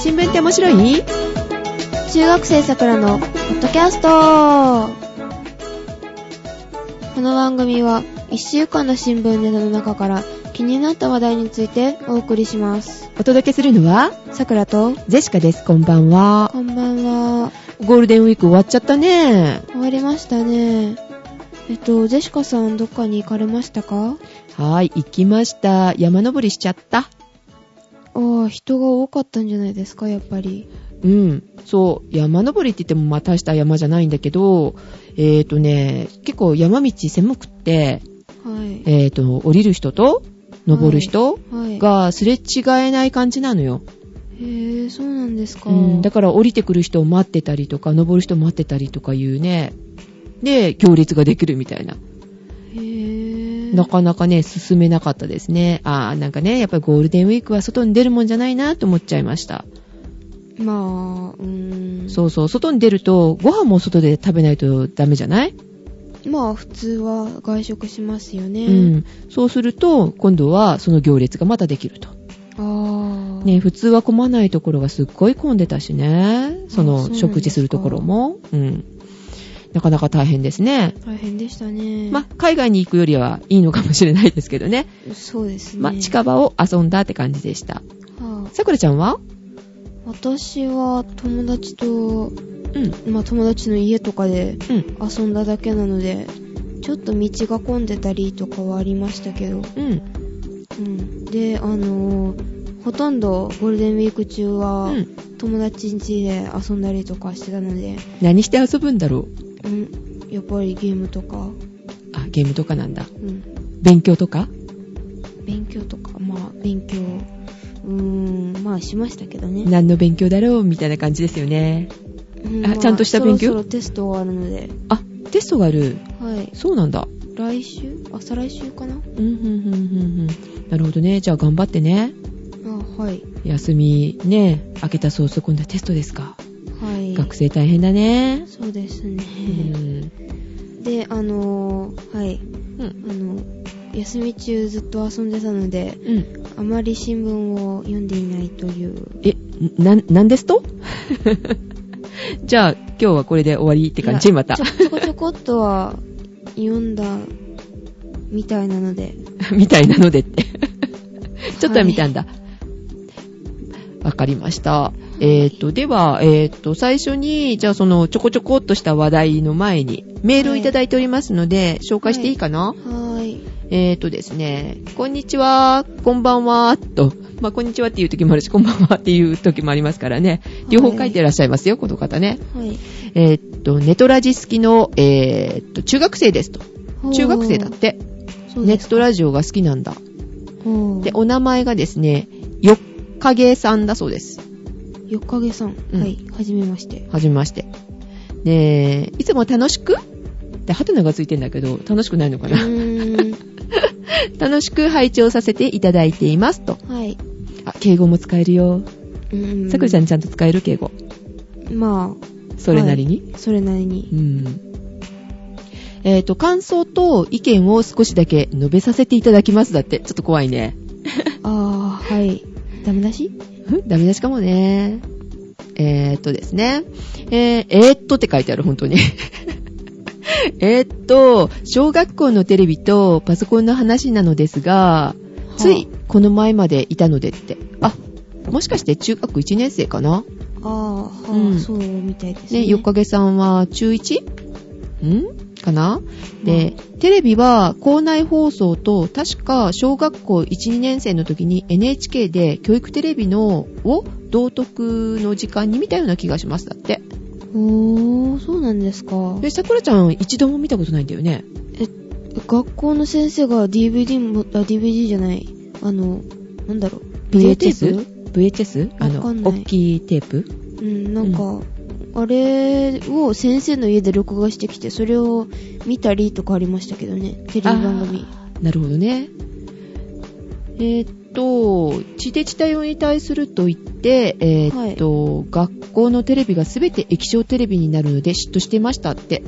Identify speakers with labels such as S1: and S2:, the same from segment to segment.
S1: 新聞って面白い
S2: 中学生さくらのポッドキャストこの番組は1週間の新聞ネタの中から気になった話題についてお送りします
S1: お届けするのは、
S2: さくらと
S1: ゼシカです。こんばんは。
S2: こんばんは
S1: ゴールデンウィーク終わっちゃったね。
S2: 終わりましたねえっとジェシカさんどっかに行かれましたか
S1: はい、行きました。山登りしちゃった。
S2: ああ人が多かったんじゃないですかやっぱり
S1: うん。そう、山登りって言ってもまあ大した山じゃないんだけど、えっ、ー、とね、結構山道狭くって、
S2: はい
S1: えっ、ー、と、降りる人と登る人
S2: はい
S1: がすれ違えない感じなのよ。
S2: へえそうなんですか、
S1: うん、だから降りてくる人を待ってたりとか、登る人を待ってたりとかいうね。で、行列ができるみたいな。
S2: へえ
S1: なかなかね、進めなかったですね。ああ、なんかね、やっぱりゴールデンウィークは外に出るもんじゃないなと思っちゃいました。
S2: まあうーん
S1: そうそう、外に出ると、ご飯も外で食べないとダメじゃない、
S2: まあ普通は外食しますよね。
S1: うん。そうすると、今度はその行列がまたできると。
S2: ああ。
S1: ね、普通は混まないところがすっごい混んでたしね。そ
S2: あそうなん
S1: の、
S2: ですか
S1: 食事するところも。うん。なかなか大変ですね。
S2: 大変でしたね。
S1: ま、海外に行くよりはいいのかもしれないですけどね。
S2: そうですね。
S1: ま、近場を遊んだって感じでした。
S2: はあ
S1: さくらちゃんは
S2: 私は友達
S1: う
S2: と、
S1: ん。
S2: まあ友達の家とかで
S1: うん。
S2: 遊んだだけなので、ちょっと道が混んでたりとかはありましたけど、
S1: うん。
S2: うん。で、あのーほとんどゴールデンウィーク中は、
S1: うん
S2: 友達ん家で遊んだりとかしてたので、
S1: 何して遊ぶんだろう
S2: うん。やっぱりゲームとか、
S1: あ、ゲームとかなんだ。
S2: うん。
S1: 勉強とか
S2: 勉強とかまあ勉強うーんまあしましたけどね、
S1: 何の勉強だろうみたいな感じですよね。
S2: うん
S1: あ
S2: ま
S1: ちゃんとした勉強
S2: そろそろテストがあるので
S1: あ、テストがある。
S2: はい
S1: そうなんだ。
S2: 来週あ再来週かな
S1: うん、うん、うん、うん、うん。なるほどね。じゃあ頑張ってね。
S2: あはい
S1: 休みね、明けた早々今度はテストですか。
S2: はい
S1: 学生大変だね。
S2: そうです
S1: う
S2: ね、
S1: ん。
S2: であのーはい
S1: うん。
S2: あの休み中ずっと遊んでたので
S1: うん。
S2: あまり新聞を読んでいないという
S1: え、な、なんですと じゃあ今日はこれで終わりって感
S2: い
S1: じ
S2: や
S1: また
S2: ち。ょちょこちょこっとは読んだみたいな ので
S1: みたいなのでって。 ちょっとは見たんだ。わ、かりました。えっ、ー、と、では、えっ、ー、と、最初に、じゃあその、ちょこちょこっとした話題の前に、メールをいただいておりますので、紹介していいかな、
S2: はーい
S1: えっ、ー、とですね、こんにちは、こんばんは、と。まあ、こんにちはっていう時もあるし、こんばんはっていう時もありますからね。両方書いてらっしゃいますよ、この方ね。
S2: はい
S1: えっ、ー、と、ネトラジ好きの、えっ、ー、と、中学生ですと。中学生だって。
S2: そう
S1: ネ
S2: です
S1: ットラジオが好きなんだ。
S2: おー
S1: で、お名前がですね、よっかげさんだそうです。
S2: よっかげさん。
S1: うん
S2: はい。はじめ まして。
S1: はじめまして。ねえ、いつも楽しくって、ハテナがついてんだけど、楽しくないのか
S2: う
S1: な、
S2: ーん。
S1: 楽しく拝聴させていただいていますと。
S2: はい。
S1: あ、敬語も使えるよ。
S2: うーん。
S1: さくらちゃんちゃんと使える敬語。
S2: ま
S1: それなりに。
S2: あ、それなりに。
S1: うん。えっ、と、感想と意見を少しだけ述べさせていただきますだって。ちょっと怖いね。
S2: あー、はい。ダメ出し
S1: んダメ出しかもね。えー、っとですね。えー、えー、っとって書いてある、本当に。 えーっと、小学校のテレビとパソコンの話なのですが、ついこの前までいたのでって。あ、もしかして中学1年生かな
S2: あー、はあ、
S1: うん
S2: そうみたいですね。
S1: ね、よっかげさんは中 1? んかなで、テレビは校内放送と確か小学校1、2年生の時に NHK で教育テレビのを道徳の時間に見たような気がしますだって。
S2: おー、そうなんですか。
S1: で、さくらちゃん一度も見たことないんだよね。
S2: 学校の先生が DVD も、あ、DVD じゃない。あの、なんだろう。
S1: VHS? あ
S2: わかん
S1: の、
S2: ない
S1: 大きいテープ
S2: うん、なんか、あれを先生の家で録画してきて、それを見たりとかありましたけどね。テレビ番組。
S1: あーなるほどね。えーっと、地で地対応に対すると言って、えーっと、学校のテレビがすべて液晶テレビになるので嫉妬してましたって。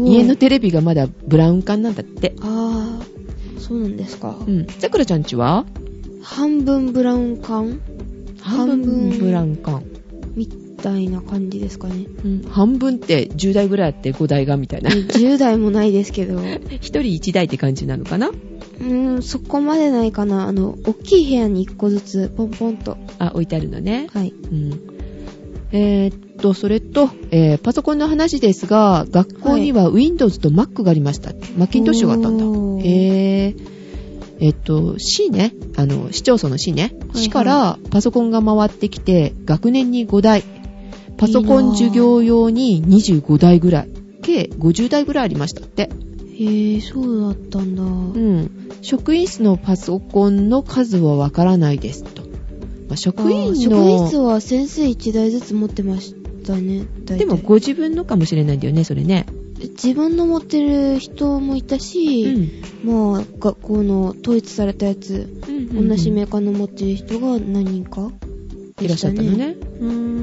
S1: 家のテレビがまだブラウン管なんだって。
S2: ああ、そうなんですか。
S1: うん。さくらちゃんちは
S2: 半分ブラウン管
S1: 半分ブラウン管。
S2: みたいな感じですかね。
S1: うん半分って10台ぐらいあって5台がみたいな。
S2: 10代もないですけど、う
S1: 一人1台って感じなのかな
S2: ーん、そこまでないかな。あの、大きい部屋に1個ずつ、ポンポンと。
S1: あ、置いてあるのね。
S2: はい。
S1: うん。えーっと、それと、えーパソコンの話ですが、学校には Windows と Mac がありました。マッキントッシュがあったんだ。
S2: おー
S1: へー。えーっと、市ね、あの、市町村の市ね、
S2: はい
S1: 市からパソコンが回ってきて、学年に5台、パソコン授業用に25台ぐらい、計50台ぐらいありましたって。
S2: へぇ、そうだったんだ。
S1: うん、職員室のパソコンの数はわからないですと。まあ職員
S2: あ
S1: の
S2: ー職員室は先生1台ずつ持ってましたね。大体
S1: でもご自分のかもしれないんだよね、それね。
S2: 自分の持ってる人もいた
S1: う
S2: し、
S1: ん。
S2: まあ、学校の統一されたやつ、同じメーカーの持ってる人が何人か
S1: い
S2: で
S1: らっしゃったのね。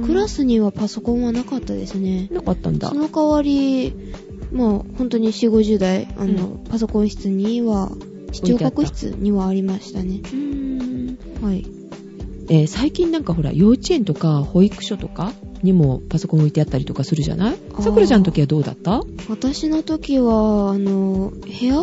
S2: クラ
S1: ス
S2: スにはパソコンはなかったですね。
S1: なかったんだ
S2: そ。の代わり、まあ、本当に4、50代、あの、
S1: う
S2: パソコン室には、視聴覚室にはありましたね。
S1: うん
S2: はい。
S1: えー最近なんかほら、幼稚園とか保育所とかにもパソコン置いてあったりとかするじゃない
S2: あー
S1: さくらちゃんの時はどうだった
S2: 私の時は、あの、部屋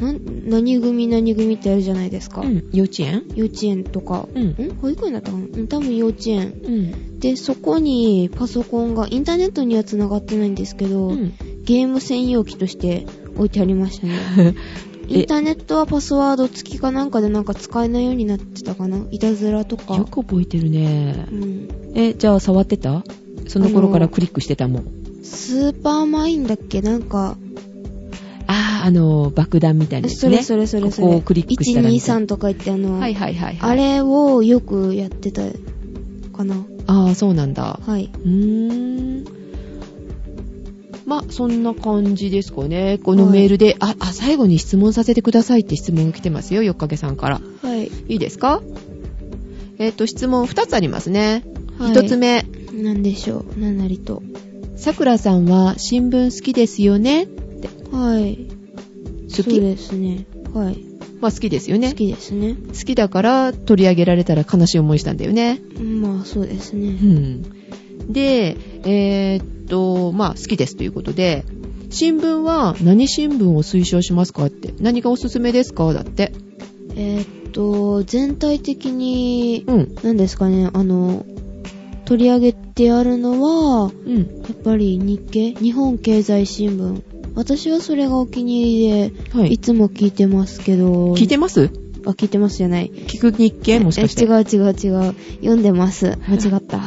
S2: なん何組何組ってあるじゃないですか。
S1: うん。幼稚園
S2: 幼稚園とか。
S1: うん。
S2: ん保育園だったかなうん多分幼稚園。
S1: うん。
S2: で、そこにパソコンが、インターネットには繋がってないんですけど、
S1: うん。
S2: ゲーム専用機として置いてありましたね。 インターネットはパスワード付きかなんかでなんか使えないようになってたかな。いたずらと
S1: よ
S2: か。
S1: く覚えてるね
S2: う。ん。
S1: え、じゃあ触ってたその頃からクリックしてたもん。
S2: スーパーマインだっけなんか、
S1: ああ、あの、爆弾みたいなやつ
S2: そ
S1: ね。
S2: れそれそれそれ。
S1: ここをクリックしたらみたいな
S2: 123とか言ってあの、
S1: はいはいはい、はい。
S2: あれをよくやってたかな。
S1: ああ、そうなんだ。
S2: はい。
S1: うーん。まあ、そんな感じですかね。このメールで、あ、あ、最後に質問させてくださいって質問が来てますよ、よっかげさんから。
S2: はい。
S1: いいですかえっ、と、質問2つありますね。
S2: はい
S1: 1つ目、
S2: なんでしょう。なんなりと。
S1: さくらさんは新聞好きですよねって。
S2: はい。
S1: 好
S2: そう
S1: き
S2: ですね。はい。
S1: まあ、好きですよね
S2: 好。きですね。
S1: 好きだから取り上げられたら悲しい思いしたんだよね。
S2: まあ、そうです
S1: う
S2: ね。
S1: ん。で、えーっと、まあ、好きですということで、新聞は何新聞を推奨しますかって、何がおすすめですかだって。
S2: えーっと、全体的に、
S1: うん。
S2: なんですかね、あの、取り上げてあるのは、
S1: うん。
S2: やっぱり日経日本経済新聞。私はそれがお気に入りで、、
S1: はいい。
S2: つも聞いてますけど。
S1: 聞いてます
S2: あ、聞いてますじゃない。
S1: 聞く日記もしかして。
S2: え違う違う違う。読んでます。間違った。は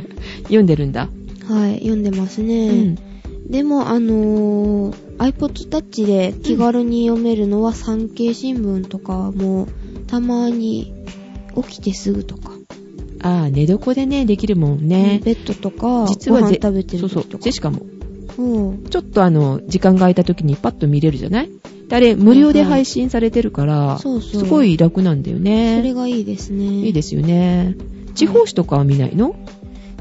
S1: 読んでるんだ。
S2: い、読んでます
S1: う
S2: ね。
S1: ん。
S2: でも、あのー、iPod Touch で気軽に読めるのは産経新聞とかも、たまに起きてすぐとか、
S1: ああ、寝床でね、できるもん
S2: うん
S1: ね。
S2: ベッドとか、
S1: 実
S2: ご
S1: は
S2: 飯
S1: ぜ
S2: 食べて
S1: そ
S2: る
S1: うそ
S2: 時
S1: う。
S2: と
S1: ジェ
S2: か。
S1: シカも。
S2: うん
S1: ちょっとあの、時間が空いた時にパッと見れるじゃないであれ、無料で配信されてるから、す
S2: そうそう。
S1: ご、い楽なんだよ
S2: それ
S1: ね。
S2: がいいですね。
S1: いいですよね。地方紙とかは見ないの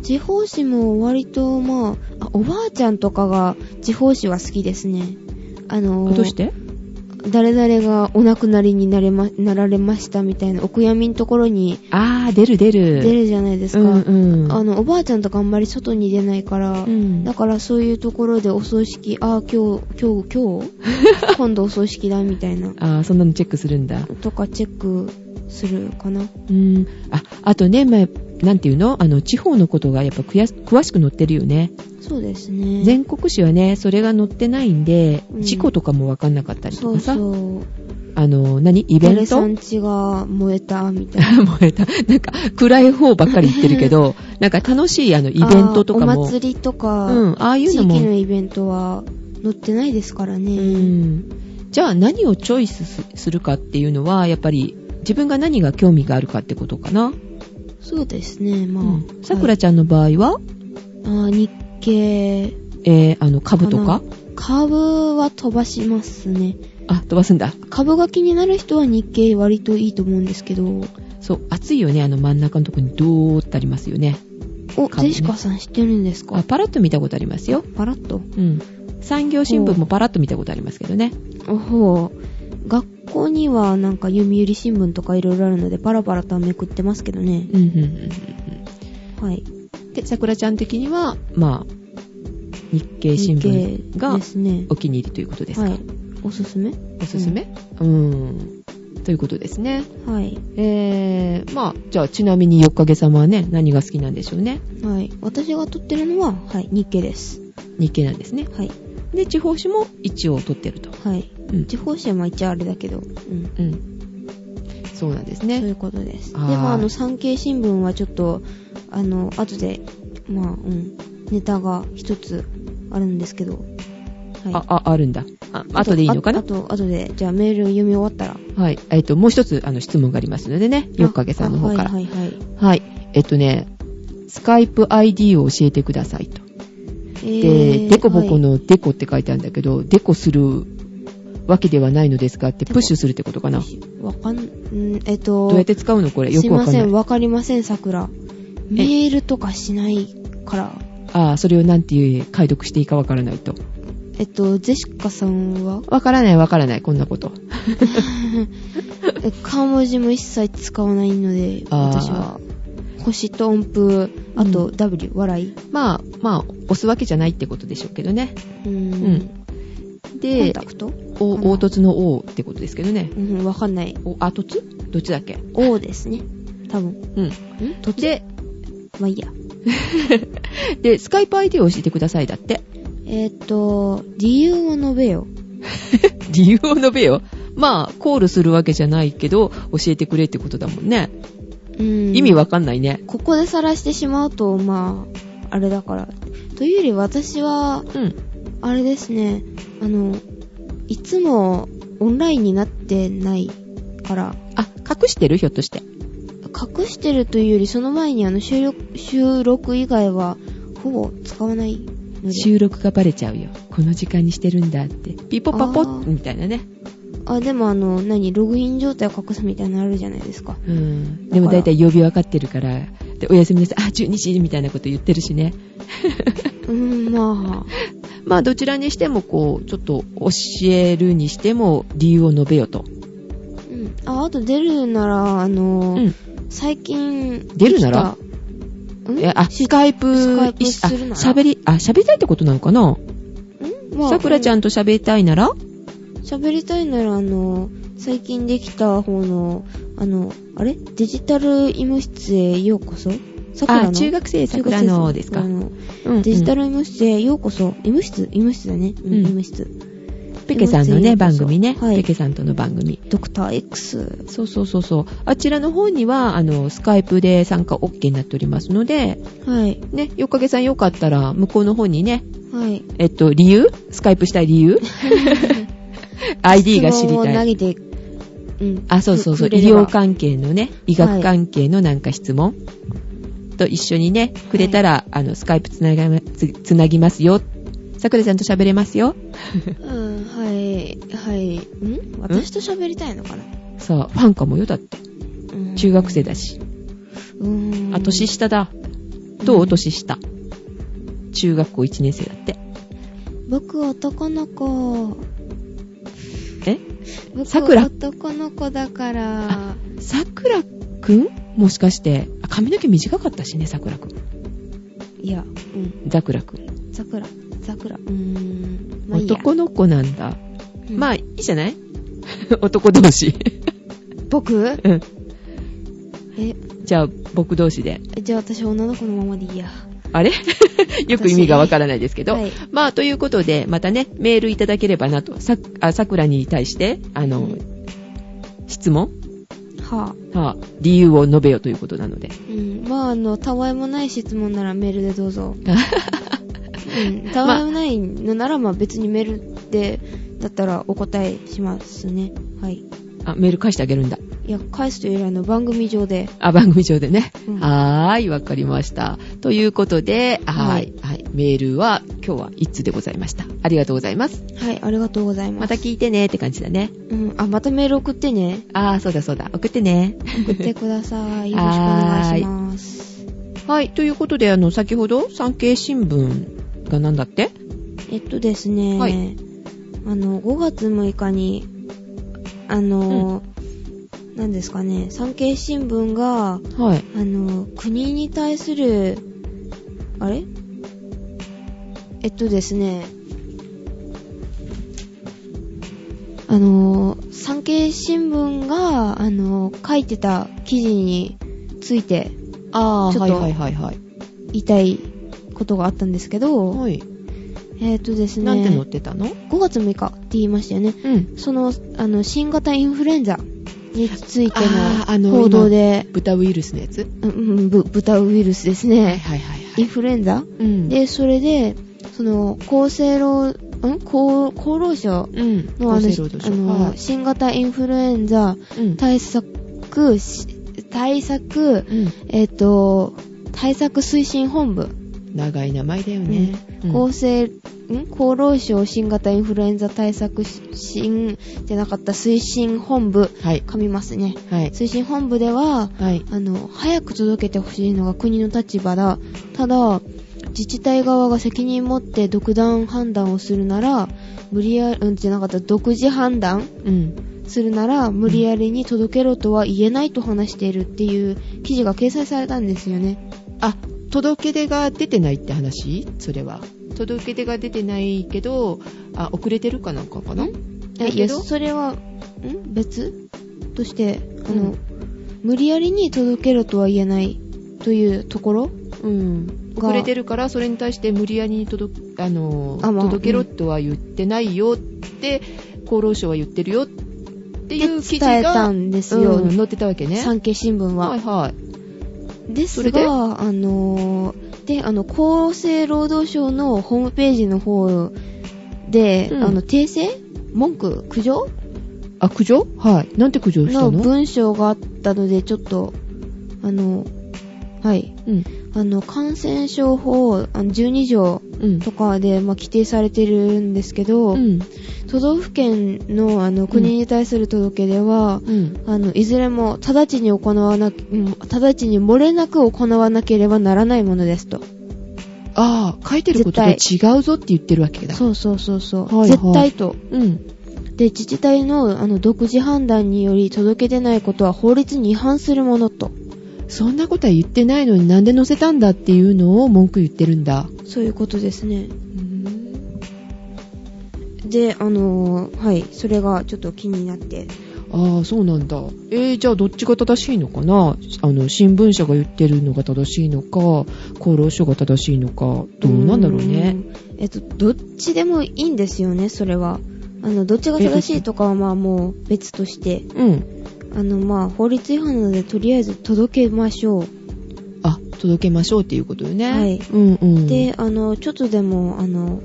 S2: 地方紙も割と、まあ、あおばあちゃんとかが地方紙は好きですね。あのー
S1: どうして
S2: 誰々がお亡くなりになれま、なられましたみたいな、お悔やみのところに
S1: ああ、出る出る。
S2: 出るじゃないですか。
S1: うんうん。
S2: あの、おばあちゃんとかあんまり外に出ないから、
S1: うん
S2: だからそういうところでお葬式、ああ、今日、今日、今 日今度お葬式だみたいな、
S1: あーそんなのチェックするんだ。
S2: とかチェックするかな。
S1: うん。あ、あとね、前、なんていうのあの、地方のことがやっぱくや詳しく載ってるよね。
S2: そうですね。
S1: 全国紙はね、それが載ってないんで、
S2: うん
S1: 事故とかもわかんなかったりと
S2: そ
S1: か
S2: う
S1: さ、
S2: そう。
S1: あの、何イベ
S2: 誰
S1: ン
S2: さ
S1: ト
S2: ん家が燃えたみたいな。
S1: 燃えた。なんか、暗い方ばっかり言ってるけ ど、なんか楽しいあの、イベントとか
S2: あー
S1: も。
S2: お祭りとか、
S1: うん、ああい
S2: 地
S1: うの
S2: 域
S1: も。
S2: のイベントは載ってないですからね。
S1: うんじゃあ何をチョイスすするかっていうのはやっぱり自分が何が興味があるかってことかな。
S2: そうですね、まあ。
S1: さくらちゃんの場合は、
S2: あー日経、
S1: えー、あの株と
S2: か
S1: か
S2: 株は飛ばしますね。
S1: あ飛ばすんだ。
S2: 株が気になる人は日経割といいと思うんですけど、お、
S1: そう暑いよねあの真ん中のとこにドーってありますよね。
S2: ジェシカさん知ってるんです
S1: あ
S2: か
S1: パラッと見たことありますよ。
S2: パラッと。
S1: うん。産業新聞もパラッと見たことありますけどね。
S2: おほう。学校にはなんか読売新聞とかいろいろあるのでパラパラとはめくってますけどね。
S1: うんうんうんうんうん。
S2: はい。
S1: で、桜ちゃん的には、まあ、日経新聞が
S2: ですね。
S1: お気に入りということですか。
S2: はい。おすすめ
S1: おすすめ、うん、ということですね。
S2: はい。
S1: えー、まあ、じゃあ、ちなみに、よっかげさまはね、何が好きなんでしょうね。
S2: はい。私が撮ってるのは、はい、日経です。
S1: 日経なんですね。
S2: はい。
S1: で、地方紙も一応取ってると。
S2: はい。
S1: うん。
S2: 地方紙はまあ一応あれだけど、うん。
S1: うん。そうなんです
S2: そうい
S1: ね。
S2: うことです。で、
S1: はい
S2: まあ、あの、産経新聞はちょっと、あの、後で、まあ、うん、ネタが一つあるんですけど、はい。
S1: あ、あ、あるんだ。あ、後でいいのか
S2: あ
S1: な
S2: と、あとで、じゃあメール読み終わったら。
S1: はい。えっ、と、もう一つ、あの、質問がありますのでね、よっかげさんの方から。
S2: あ
S1: は、
S2: はいいはいはい。
S1: えっ、とね、スカイプ ID を教えてくださいと。
S2: え
S1: で、
S2: ー
S1: デコボコのデコって書いてあるんだけど、デコするわけではないのですがって、
S2: デ
S1: プ
S2: コ
S1: ッシュするってことかな
S2: は。いわかん、んえっと、
S1: どうやって使うのこれ、よ
S2: すい
S1: くわ
S2: ま
S1: かん
S2: せ、
S1: なんい。
S2: わかりません、桜。メールとかしないから、
S1: ああ、それをなんていう解読していいかわからないと。
S2: えっと、ゼシカさ んは
S1: わからないわからない、こんなこと。
S2: 顔文字も一切使わないので、
S1: あー
S2: 私は。星と音符、あと W、笑い。
S1: まあ、まあ、押すわけじゃないってことでしょうけどね。
S2: う。
S1: うん
S2: コン
S1: で
S2: タ、クト
S1: お
S2: かな
S1: 凹凸の O ってことですけどね。
S2: うん、わかんない。
S1: お、あ、凸どっちだっけ
S2: O ですね。多分。
S1: うん。
S2: んと
S1: で、
S2: まあいいや。
S1: で、スカイプ ID を教えてくださいだって。
S2: えっと、理由を述べよ。
S1: 理由を述べよ。まあ、コールするわけじゃないけど、教えてくれってことだもんね。
S2: うん。
S1: 意味わかんないね。
S2: ここで晒してしまうと、まあ、あれだから。というより私は、
S1: うん。
S2: あれですね、あの、いつもオンラインになってないから、
S1: あ、隠してるひょっとして。
S2: 隠してるというより、その前にあの収録、収録以外は、ほぼ使わないので。
S1: 収録がバレちゃうよ。この時間にしてるんだって。ピポパポ
S2: あー
S1: みたいなね。
S2: あ、でもあの、何、ログイン状態を隠すみたいなのあるじゃないですか。
S1: うん。でも大体曜日わかってるから、で、お休みなさい。あ、12時みたいなこと言ってるしね。
S2: うーん、まあ、
S1: まあ、どちらにしても、こう、ちょっと教えるにしても、理由を述べよと。
S2: うん。あ、あと出るなら、あの、
S1: うん。
S2: 最近、
S1: 出るなら
S2: できたん
S1: え、あ、スカイプ、
S2: スカイプ
S1: いしあ、
S2: するなら
S1: 喋り、あ、喋りたいってことなのかなん
S2: まあ
S1: さくらちゃんと喋りたいなら
S2: 喋りたいなら、あの、最近できた方の、あの、あれデジタル医務室へようこそ桜の
S1: あ、中学生さくらのですか
S2: 中。学生
S1: うんうん
S2: デジタル医務室へようこそ。医務室医務室だね。うん、
S1: うん
S2: 医務室。
S1: ペケさんのね、
S2: 医務室へようこそ
S1: 番組ね。
S2: はい
S1: ペケさんとの番組。
S2: ドクター X。
S1: そうそうそうそう。あちらの方には、あの、スカイプで参加 OK になっておりますので、
S2: はい。
S1: ね、よっかげさんよかったら、向こうの方にね、
S2: はい。
S1: えっと、理由スカイプしたい理 由 ?ID が知り
S2: 質問を
S1: た
S2: 投
S1: い。
S2: げて、うん。
S1: あ、そうそうそう。
S2: くれ
S1: 医
S2: れば
S1: 療関係のね、医学関係のなんか質問と一緒にね、くれたら、あの、スカイプつながまつ、つなぎますよ。さくらちゃんと喋れます よ。
S2: うん、はい。はい。ん私と喋りたいのかな、
S1: さあ、ファンかもよ、だって。
S2: うん、
S1: 中学生だし。
S2: うーん。
S1: あ、年下だ。どう
S2: うん
S1: 年下。中学校1年生だって。僕
S2: 僕男の子。
S1: え
S2: 僕
S1: 桜
S2: 男の子だから
S1: あ。さくらくんもしかして、あ髪の毛短かったしね、さくらくん。
S2: いや、うん。
S1: ざくらくん。
S2: 桜。桜。うーん。まあいいや。
S1: 男の子なんだ。
S2: うん
S1: まあ、いいじゃない 男同士。
S2: 僕
S1: うん。
S2: え、
S1: じゃあ、僕同士で。
S2: じゃあ私女の子のままでいいや。
S1: あれ よく意味がわからないですけど。
S2: はい
S1: まあ、ということで、またね、メールいただければなと。さ、あ、さくらに対して、あの、
S2: うん
S1: 質問
S2: はぁ、
S1: はあ、理由を述べよということなので。
S2: うん。まあ、あの、たわいもない質問ならメールでどうぞ。 うん。たわいもないのなら、まあ別にメールで、だったらお答えしますね。はい。
S1: あ、メール返してあげるんだ。
S2: いや、返すというよりあの、番組上で。
S1: あ、番組上でね。
S2: うん
S1: はーい、わかりました。ということで、は
S2: は
S1: ー
S2: い
S1: い、はい、メールは今日は一通でございました。ありがとうございます。
S2: はい、ありがとうございます。
S1: また聞いてねって感じだね。
S2: うん、あ、またメール送ってね。
S1: あー、そうだそうだ、送ってね。
S2: 送ってください。よろしくお願いします。
S1: はい、ということで、あの、先ほど、産経新聞がなんだって
S2: えっとですね、
S1: はい
S2: あの、5月6日に、あの、何ですかね、産経新聞が、
S1: はい。
S2: あの、国に対する、あれえっとですね、あの、産経新聞が、あの、書いてた記事について
S1: ああ、
S2: ちょ
S1: は
S2: っ
S1: い
S2: と
S1: はいはいはい。
S2: 言いたいことがあったんですけど、
S1: はい。
S2: えっとですね、
S1: なんて載ってたの
S2: 5月6日って言いましたよね。
S1: うん。
S2: その、あの、新型インフルエンザについて
S1: あーあ
S2: の
S1: の
S2: 報道で、
S1: 豚ウイルスのやつ
S2: うんうん、ぶ豚ウイルスです
S1: はい
S2: ね。
S1: はいはいは
S2: イン
S1: い。
S2: フルエンザ
S1: うん
S2: で、それで、その、厚生労、ん厚厚労省
S1: うん。
S2: のあ
S1: 厚
S2: の、
S1: 生労働省
S2: あの
S1: はい
S2: 新型インフルエンザ
S1: うん
S2: 対策し、対
S1: う
S2: 策、
S1: ん。
S2: えっ、と、対策推進本部、
S1: 長い名前だよね。うん
S2: 厚生、ん厚労省新型インフルエンザ対策し新、じゃなかった推進本部、
S1: はい。
S2: 噛みますね。
S1: はい。
S2: 推進本部では、
S1: はい。
S2: あの、早く届けてほしいのが国の立場だ。ただ、自治体側が責任持って独断判断をするなら、無理やり、うん、じゃなかった、独自判断
S1: うん。
S2: するなら、無理やりに届けろとは言えないと話しているっていう記事が掲載されたんですよね。
S1: あ、届け出が出てないって話それは。届け出が出てないけど、あ、遅れてるかなんかかなだ
S2: い
S1: け
S2: や、
S1: ど
S2: それは、ん別として、あの、
S1: うん
S2: 無理やりに届けろとは言えないというところ
S1: うん。
S2: が
S1: 遅れてるから、それに対して無理やりに届く、あの、
S2: あまあ
S1: 届けろとは言ってないよって、厚労省は言ってるよって
S2: で
S1: いう
S2: 伝
S1: 記事
S2: えた
S1: が、
S2: んですよ。
S1: うん、載ってたわけね。
S2: 産経新聞は
S1: はい。はい。
S2: です
S1: それで
S2: が、あのーで、あの、厚生労働省のホームページの方で、
S1: うん
S2: あの、訂正文句苦情
S1: あ、苦情はい。なんて苦情した
S2: の
S1: の
S2: 文章があったので、ちょっと、あの、はい。
S1: うん。
S2: あの、感染症法、あの12条
S1: うん。
S2: とかで、まあ、規定されてるんですけど、
S1: うん。
S2: 都道府県の、あの、国に対する届け出は、
S1: うん。
S2: あの、いずれも、直ちに行わな、うん直ちに漏れなく行わなければならないものですと。
S1: ああ、書いてることと違うぞって言ってるわけだ。
S2: そうそうそうそう。
S1: はいはい
S2: 絶対と。
S1: うん。
S2: で、自治体のあの独自判断により届け出ないことは法律に違反するものと。
S1: そんなことは言ってないのになんで載せたんだっていうのを文句言ってるんだ。
S2: そういうことですね。で、あのーはい、それがちょっと気になって。
S1: ああ、そうなんだ。えー、じゃあどっちが正しいのかなあの、新聞社が言ってるのが正しいのか、厚労省が正しいのか、どうなんだろうね。
S2: ん。えっと、どっちでもいいんですよね、それは。あの、どっちが正しいとかはまあもう別として。
S1: うん。
S2: あの、まあ法律違反なのでとりあえず届けましょう。
S1: あ、届けましょうっていうことよね。
S2: はい
S1: うんうん。
S2: で、あの、ちょっとでも、あの、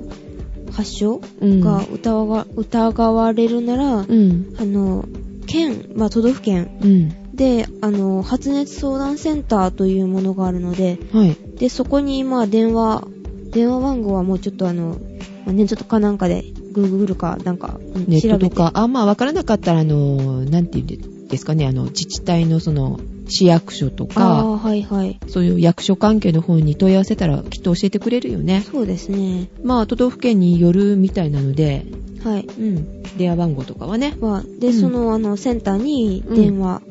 S2: 発症
S1: うん、
S2: が疑わ,、疑われるなら、
S1: うん。
S2: あの、県、まあ、都道府県
S1: うん。
S2: で、あの、発熱相談センターというものがあるので、
S1: はい。
S2: で、そこに、まあ、電話、電話番号はもうちょっとあの、まあ、ネットかなんかで、Google かなんか、うん
S1: ネッ
S2: 調
S1: ト
S2: べ
S1: と
S2: て。
S1: か、あ、まあ、わからなかったら、あの、なんていうんですかね、あの、自治体のその、市役所と
S2: あ
S1: か、
S2: あ、はいはい。
S1: そういう役所関係の方に問い合わせたら、きっと教えてくれるよね。
S2: そうですね。
S1: まあ、都道府県によるみたいなので、
S2: はい。
S1: うん、電話番号とかはね。
S2: まあ、で、
S1: うん
S2: その、あの、センターに
S1: うん
S2: 電話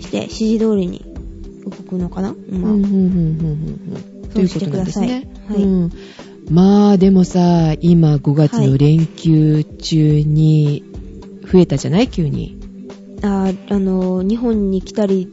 S2: して、指示通りに動くのかな、まあ、
S1: うんうんうんうんうんと
S2: そ
S1: いううこ
S2: して
S1: とな
S2: く
S1: ん
S2: だ
S1: です
S2: さい。
S1: ね。
S2: はい。
S1: うんまあでもさ、今5月の連休中に増えたじゃない急に。
S2: あーあのー日本に来たり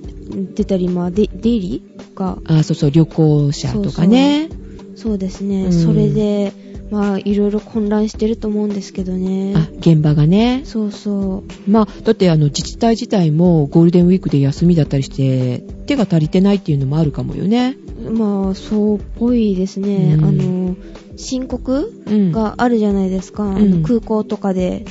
S2: 出たり、まあ、で出入りが
S1: あ、そうそう、旅行者とかね。
S2: そうですね、
S1: うん
S2: それでまあいろいろ混乱してると思うんですけどね
S1: あ、現場がね。
S2: そうそう
S1: まあ、だってあの自治体自体もゴールデンウィークで休みだったりして、手が足りてないっていうのもあるかもよね。
S2: まあそうっぽいですね、
S1: うん
S2: あのー申告
S1: うん。
S2: があるじゃないですか、あの
S1: うん
S2: 空港とかで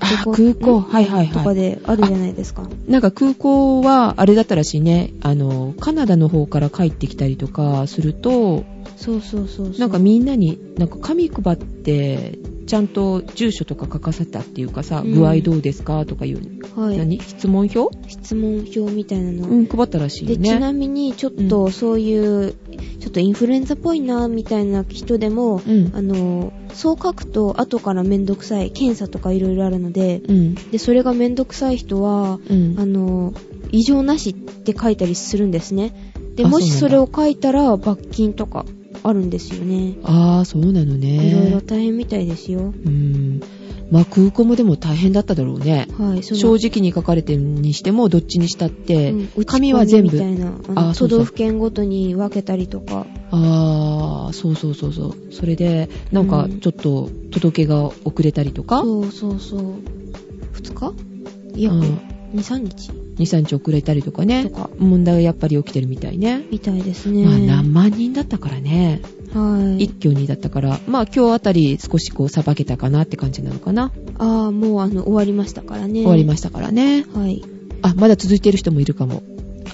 S1: あ空港、
S2: うん
S1: はいはい
S2: とか
S1: はい。
S2: であるじゃないですか
S1: なんか空港はあれだったらしいね、あの、カナダの方から帰ってきたりとかすると、
S2: そうそうそうそう
S1: なんかみんなに、なんか紙配って、ちゃんと住所とか書かせたっていうかさ、
S2: うん
S1: 具合どうですかとかいう、
S2: はい、
S1: 何質問票、
S2: 質問票みたいなの、
S1: うん、配ったらしい
S2: で
S1: よ
S2: ち
S1: ね。
S2: なみにちょっとそういう、ちょっとインフルエンザっぽいなみたいな人でも、
S1: うん
S2: あのそう書くと後からめんどくさい検査とかいろいろあるので
S1: うん。
S2: でそれがめんどくさい人は
S1: うん。
S2: あの異常なしって書いたりするんですね。で、
S1: あ
S2: もし
S1: そ
S2: そう
S1: な
S2: れ
S1: んだ
S2: を書いたら罰金とかあるんですよね。
S1: ああ、そうなの
S2: いろいろ
S1: ね。
S2: 大変みたいですよ。
S1: うん。まあ空港もでも大変だっただろうね。
S2: はい、その
S1: 正直に書かれてるにしても、どっちにしたって、
S2: うん
S1: 紙は全部
S2: 打ち込みみたいなあの
S1: あそうそう
S2: 都道府県ごとに分けたりとか
S1: ああ、そうそうそうそう。それで、なんか
S2: うん
S1: ちょっと届けが遅れたりとか、
S2: そうそうそう2日いや、
S1: うん
S2: 23日
S1: 2、3日遅れたりとかね
S2: と、か
S1: 問題がやっぱり起きてるみたいね。
S2: みたいですね、
S1: まあ何万人だったからね、
S2: はい
S1: 一挙にだったから、まあ今日あたり少しこうさばけたかなって感じなのかな。
S2: ああもうあの終わりましたからね
S1: 終わりま
S2: し
S1: したからね。
S2: たはい
S1: あ、まだ続いてる人もいるかも。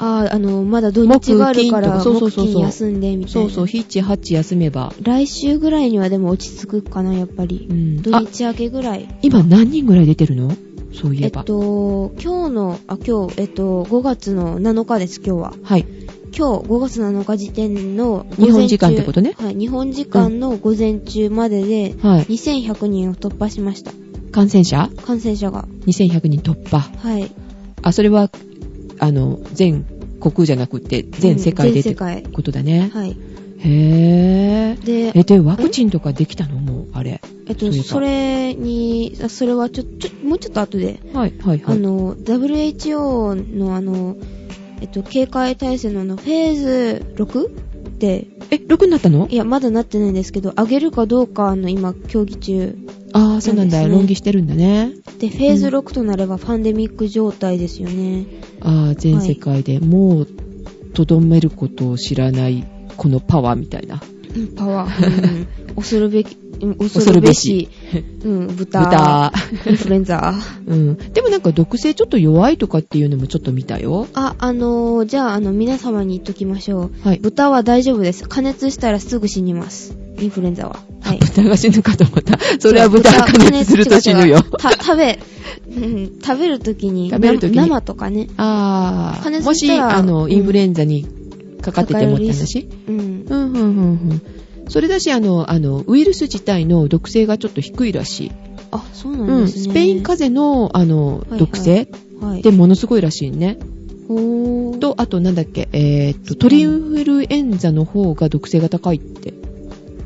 S2: あああのまだ土日があるから
S1: 木金とかそうそうそうそう
S2: 木金休んでみたいな
S1: そうそう、ヒッチハッチ休めば。
S2: 来週ぐらいにはでも落ち着くかなやっぱり
S1: うん。
S2: 土
S1: あ、
S2: 日明けぐらい
S1: 今何人ぐらい出てるのそうい
S2: え
S1: え
S2: っ
S1: ば。
S2: と今日のあ今日えっと5月の7日です今日は
S1: はい。
S2: 今日5月7日時点の午前中
S1: 日本時間ってことね
S2: はい、日本時間の午前中までで
S1: はい。
S2: 2100人を突破しました。
S1: 感染者
S2: 感染者が。
S1: 2100人突破。
S2: はい。
S1: あ、それは、あの、全国じゃなくて、全世界で
S2: うん全
S1: って
S2: 世界。
S1: ことだね。
S2: はい。
S1: へぇー。
S2: で、
S1: え、で、ワクチンとかできたのもう、あれ。
S2: えっ
S1: そ
S2: と、
S1: ういえば
S2: それに、あそれはちょ、ちょ、もうちょっと後で、
S1: はい、はい、は
S2: あ
S1: い。
S2: の、WHO のあの、えっと、警戒体制のあの、フェーズ 6? って、
S1: え、6になったの
S2: いや、まだなってないんですけど、上げるかどうか、あの、今、協議中。
S1: ああ、そうなんだ。
S2: そうですね
S1: 論議してるんだね。
S2: で、フェーズ6となれば、パンデミック状態ですよね。
S1: ああ、全世界でもう、とどめることを知らない、このパワーみたいな。
S2: うんパワー。うん 恐るべき、うん恐
S1: 恐
S2: る
S1: る
S2: べ
S1: べ
S2: し
S1: し、
S2: うん、豚、
S1: 豚。
S2: インフルエンザ。
S1: うん。でもなんか毒性ちょっと弱いとかっていうのもちょっと見たよ。
S2: あ、あのーじゃあ、あの、皆様に言っときましょう。
S1: はい。
S2: 豚は大丈夫です。加熱したらすぐ死にます。インフルエンザは。はい。
S1: 豚が死ぬかと思った。それは豚が加熱すると死ぬよ
S2: 違う違。うた食べ、うん、食べるときに
S1: 食べる時に
S2: 生とかね。
S1: あ
S2: 加
S1: あ、
S2: 熱
S1: も
S2: した
S1: し、
S2: ら
S1: あ
S2: う
S1: の、
S2: ん
S1: インフルエンザにかかっててもって話
S2: うん。
S1: うん、うん、うん、うん。それだし、あの、あの、ウイルス自体の毒性がちょっと低いらしい。
S2: あ、そう
S1: う
S2: なん
S1: ん、
S2: ですね。
S1: スペイン風邪の、あの
S2: いは、い
S1: 毒性っ
S2: はい。
S1: てものすごいらしいね。
S2: ほー。
S1: と、あとなんだっけ、えーっと、鳥インフルエンザの方が毒性が高いって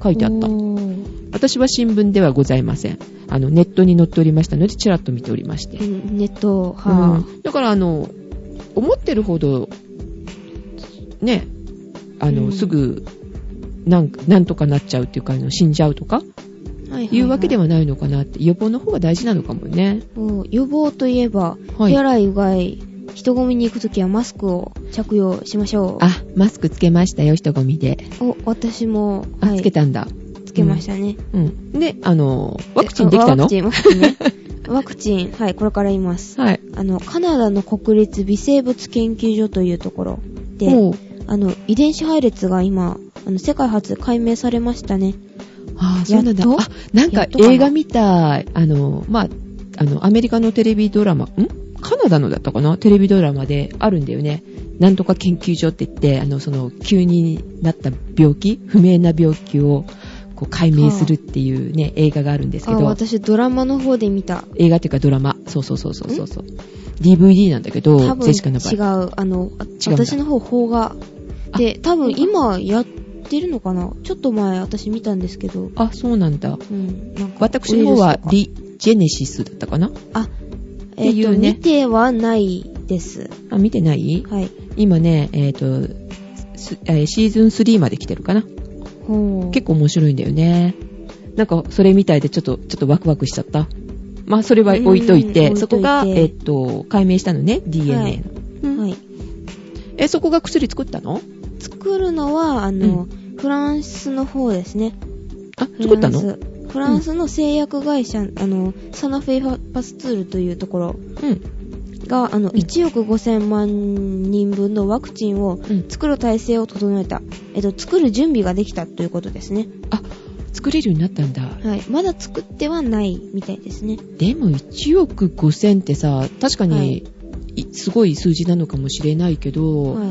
S1: 書いてあった。
S2: ほー
S1: 私は新聞ではございません。あの、ネットに載っておりましたので、ちらっと見ておりまして
S2: う。んネット、
S1: う
S2: は
S1: んだから、あの、思ってるほど、ね、あの、
S2: うん
S1: すぐ、なん、なんとかなっちゃうっていうか、あの、死んじゃうとか、
S2: ぁ。はい
S1: いうわけで
S2: は。
S1: はないのかなって、予防の方が大事なのかもね。
S2: うん予防といえば、
S1: はい
S2: 手。洗いうがい、人混みに行くときはマスクを着用しましょう。
S1: あ、マスクつけましたよ、人混みで。
S2: お、私も、
S1: あ、
S2: はい、
S1: つけたんだ。
S2: つけましたね。
S1: うん。で、あの、ワクチンできた
S2: えワ
S1: の
S2: クチン、ワクチンね。ワクチン、はい、これから言います。
S1: はい。
S2: あの、カナダの国立微生物研究所というところで、
S1: もう、
S2: あの、遺伝子配列が今、あの、世界初解明されましたね。
S1: ああ、そうなんだ。
S2: やっ
S1: あ
S2: と、
S1: なん
S2: や
S1: か
S2: っとかな
S1: 映画みたい。あの、まあ、あの、アメリカのテレビドラマ、んカナダのだったかなテレビドラマであるんだよね。なんとか研究所って言って、あの、その、急になった病気、不明な病気を、こう、解明するっていうね、映画があるんですけ
S2: あ、
S1: ど、
S2: 私ドラマの方で見た。
S1: 映画っていうかドラマ、そうそうそうそうそうそう。DVD なんだけど
S2: 多、分
S1: ジェシカ
S2: 違
S1: の
S2: う。
S1: 場合。
S2: あの、あ
S1: 違うんだ
S2: 私の方、方が。
S1: あ
S2: で、多分
S1: 邦画
S2: 今やってるのかなちょっと前私見たんですけど、
S1: あ、そうなんだ。
S2: うん、なんか
S1: 私の方
S2: ウイ
S1: は
S2: ルスと、か
S1: リ・ジェネシスだったかな
S2: あ、
S1: て
S2: えっ、
S1: い
S2: と、
S1: うね
S2: 見てはないです。
S1: あ、見てない
S2: はい。
S1: 今ね、えっ、と、すえーシーズン3まで来てるかな。
S2: ほう。
S1: 結構面白いんだよね。なんか、それみたいでちょっと、ちょっとワクワクしちゃった。まあ、それは置いとい
S2: うん
S1: て、そこが、
S2: 置いと
S1: え
S2: い
S1: っ、と、解明したのね、DNA の。うん
S2: はい。
S1: え、そこが薬作ったの
S2: 作るのは、あの、フランスの方ですね。
S1: あ、
S2: フ
S1: 作った
S2: ランス
S1: の
S2: フランスの製薬会社、あの、サナフェイファパスツールというところ
S1: うん。
S2: が、あの、
S1: ん
S2: 1億5000万人分のワクチンを
S1: うん。
S2: 作る体制を整えた。えっと、作る準備ができたということですね。
S1: あ、作れるようになったんだ。
S2: はい。まだ作ってはないみたいですね。
S1: でも、1億5千ってさ、確かに、
S2: はい
S1: いすごい数字なのかもしれないけど、
S2: はい。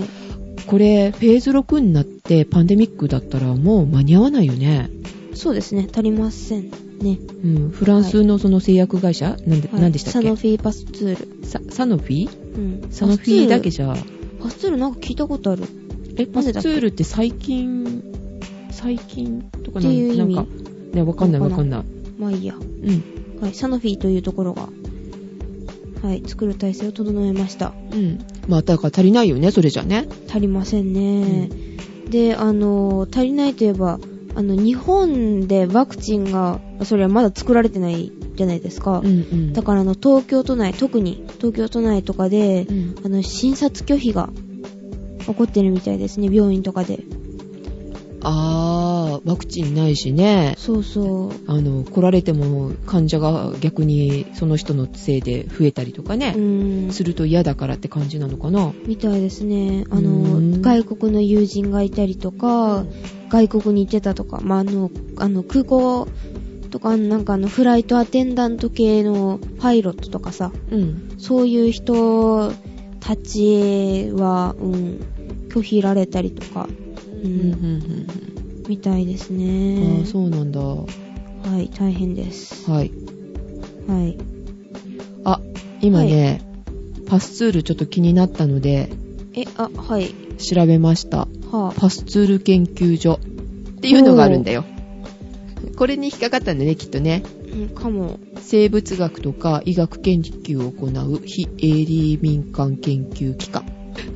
S1: これ、フェーズ6になってパンデミックだったらもう間に合わないよね。
S2: そうですね。足りませんね。
S1: うん、フランスのその製薬会社、なんで、
S2: はい
S1: なんでしたっ
S2: サノ
S1: け
S2: フィーパスツール。
S1: ササノフィ
S2: うん。
S1: サーフィーだけじゃ。
S2: ハスツールなんか聞いたことある。
S1: え、パ
S2: な
S1: ス
S2: んだっけ
S1: ツールって最近、最近とかな
S2: っていう意
S1: な
S2: 味
S1: んか、ね、わかんないわかんない。
S2: まあいいや。
S1: うん。
S2: はい、サノフィーというところが、はい、作る体制を整えました。
S1: うん。まあ、だから足りないよね、それじゃね。
S2: 足りませんね。で、あの、足りないといえば、あの、日本でワクチンが、それはまだ作られてないじゃないですか。
S1: うんうん。
S2: だから、あの、東京都内、特に東京都内とかで、
S1: うん
S2: あの、診察拒否が起こってるみたいですね、病院とかで。
S1: あー、ワクチンないしね。
S2: そうそう。
S1: あの、来られても患者が逆にその人のせいで増えたりとか
S2: う
S1: ね、
S2: ん。
S1: すると嫌だからって感じなのかな。
S2: みたいですね。あ
S1: うん
S2: の、外国の友人がいたりと
S1: う
S2: か、
S1: ん
S2: 外国に行ってたとか、まあ、あの、あの、空港とか、なんかあの、フライトアテンダント系のパイロットとかさ、
S1: うん。
S2: そういう人たちは、うん、拒否られたりとか、
S1: うん
S2: う
S1: うんうん
S2: ん、みたいです
S1: うんうん。あ
S2: ね
S1: ー、。そうなんだ。は
S2: はい、大変です。
S1: い。
S2: はい。
S1: あ、今ね、パスツールちょっと気になったので、
S2: え、あ、はい、
S1: 調べました。
S2: はあ、
S1: パスツール研究所っていうのがあるんだよ。これに引っかかったんだね、きっとね。
S2: うんかも。
S1: 生物学とか医学研究を行う非営利民間研究機関。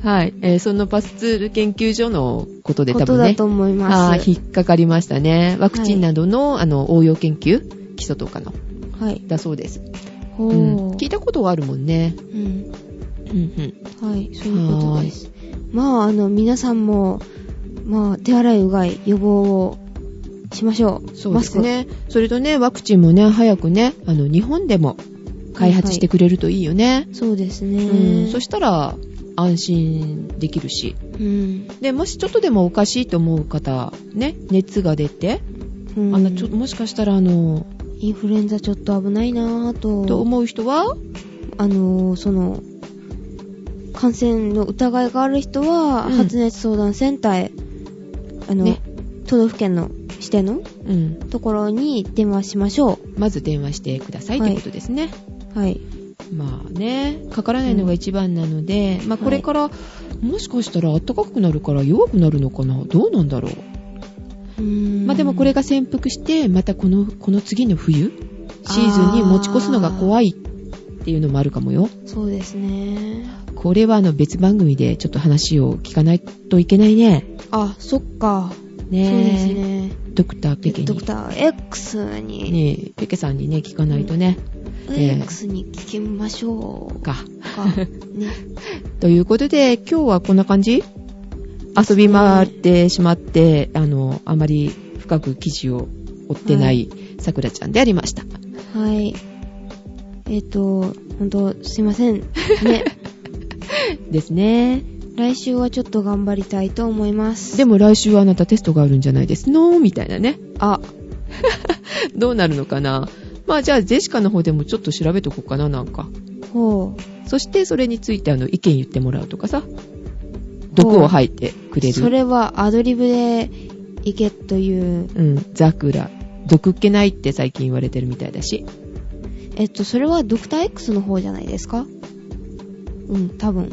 S1: はい。えーそのパスツール研究所のことで
S2: こ
S1: 多
S2: と
S1: 分
S2: だ
S1: ね
S2: と。思い
S1: あ
S2: ま
S1: あー、
S2: す。
S1: 引っかかりましたね。ワクチンなどの、あの、応用研究基礎とかの、
S2: はい。
S1: だそうです。
S2: ほ
S1: う
S2: う。
S1: ん。聞いたことはあるもんね。
S2: うん。
S1: うんうん。
S2: はい、そういうことです。まあ、あの、皆さんも、まあ、手洗いうがい、予防をしましょう。
S1: そうですね。それとね、ワクチンもね、早くね、あの、日本でも開発してくれるといいよね。
S2: マスク。そうですね。
S1: うん。そしたら、安心できるし。
S2: うん。
S1: で、もしちょっとでもおかしいと思う方、ね、熱が出て、
S2: うん
S1: あの、ちょっと、もしかしたら、あの、
S2: インフルエンザちょっと危ないなぁ
S1: と
S2: と、
S1: 思う人は、
S2: あの、その、感染の疑いがある人は、
S1: うん
S2: 発熱相談センターへ、あの、
S1: ね
S2: 都道府県の指定
S1: う
S2: の
S1: ん。
S2: ところに電話しましょ
S1: まず電話してくださいと
S2: はいいう
S1: ことですね。
S2: う。はい。
S1: まあね、かからないのが一番なので、まあこれから、もしかしたら暖かくなるから弱くなるのかなどうなんだろう
S2: うん
S1: まあでもこれが潜伏して、またこの、この次の冬、シーズンに持ち越すのが怖いっていうのもあるかもよ。
S2: そうですね。
S1: これはあの別番組でちょっと話を聞かないといけないね。
S2: あ、そっか。
S1: ねえ
S2: そうですね。
S1: ドクターペケに。
S2: ドクター X に、
S1: ねえペケさんにね、聞かないとね。ええ
S2: X に聞きましょうか。
S1: か。
S2: ね。
S1: ということで、今日はこんな感じ遊び回ってしまって、あの、あまり深く記事を追ってないさくらちゃんでありました。
S2: はい。えっ、と、ほんと、すいません。 ね。
S1: ですね。
S2: 来週はちょっと頑張りたいと思います。
S1: でも来週はあなたテストがあるんじゃないですのみたいなね。
S2: あ、
S1: どうなるのかなまあじゃあジェシカの方でもちょっと調べとこうかななんか。
S2: ほ
S1: そしてそれについてあの意見言ってもらうとかさ。毒を吐いてくれ
S2: う。
S1: る。
S2: それはアドリブでいけという、
S1: うん。ザクラ。毒っ気ないって最近言われてるみたいだし。
S2: えっと、それはドクター X の方じゃないですかうん、多分。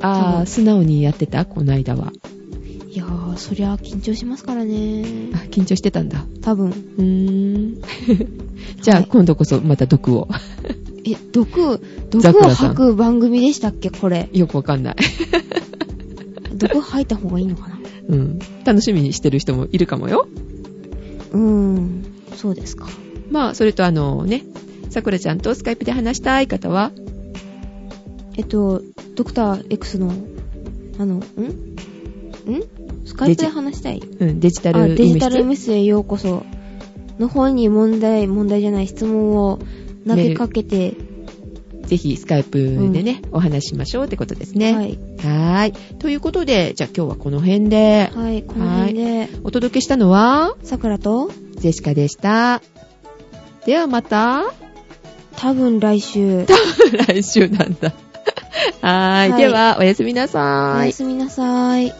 S1: あ
S2: 多
S1: あ、
S2: 分
S1: 素直にやってたこの間は。
S2: いやー、そりゃ緊張しますから
S1: あ
S2: ね。
S1: 緊張してたんだ。
S2: 多分。
S1: う ーん。じゃあ、
S2: はい
S1: 今度こそまた毒を。
S2: え、毒、
S1: ザク
S2: 毒を
S1: ラさん
S2: 吐く番組でしたっけこれ。
S1: よくわかんない。
S2: 毒吐いた方がいいのかな
S1: うん。楽しみにしてる人もいるかもよ。
S2: うーん、そうですか。
S1: まあ、それとあのね、さくらちゃんとスカイプで話したい方は、
S2: えっと、ドクター X の、あの、んんスカイプで話したい
S1: うん、デジタ
S2: あ、
S1: ル
S2: デジ
S1: 医
S2: タル
S1: 務室
S2: 無視へようこその方に問題、問題じゃない質問を投げかけて、
S1: ぜひスカイプでね、お話ししましょうってことですね。
S2: は
S1: はい。
S2: い、
S1: ーい。ということで、じゃあ今日はこの辺で、
S2: はい、この辺で、
S1: お届けしたのは、
S2: さくらと、
S1: ジェシカでした。ではまた、
S2: 多分来週、
S1: 来週なんだ。はーい。
S2: はい
S1: では、おやすみなさ
S2: お
S1: ーい
S2: や。すみなさい。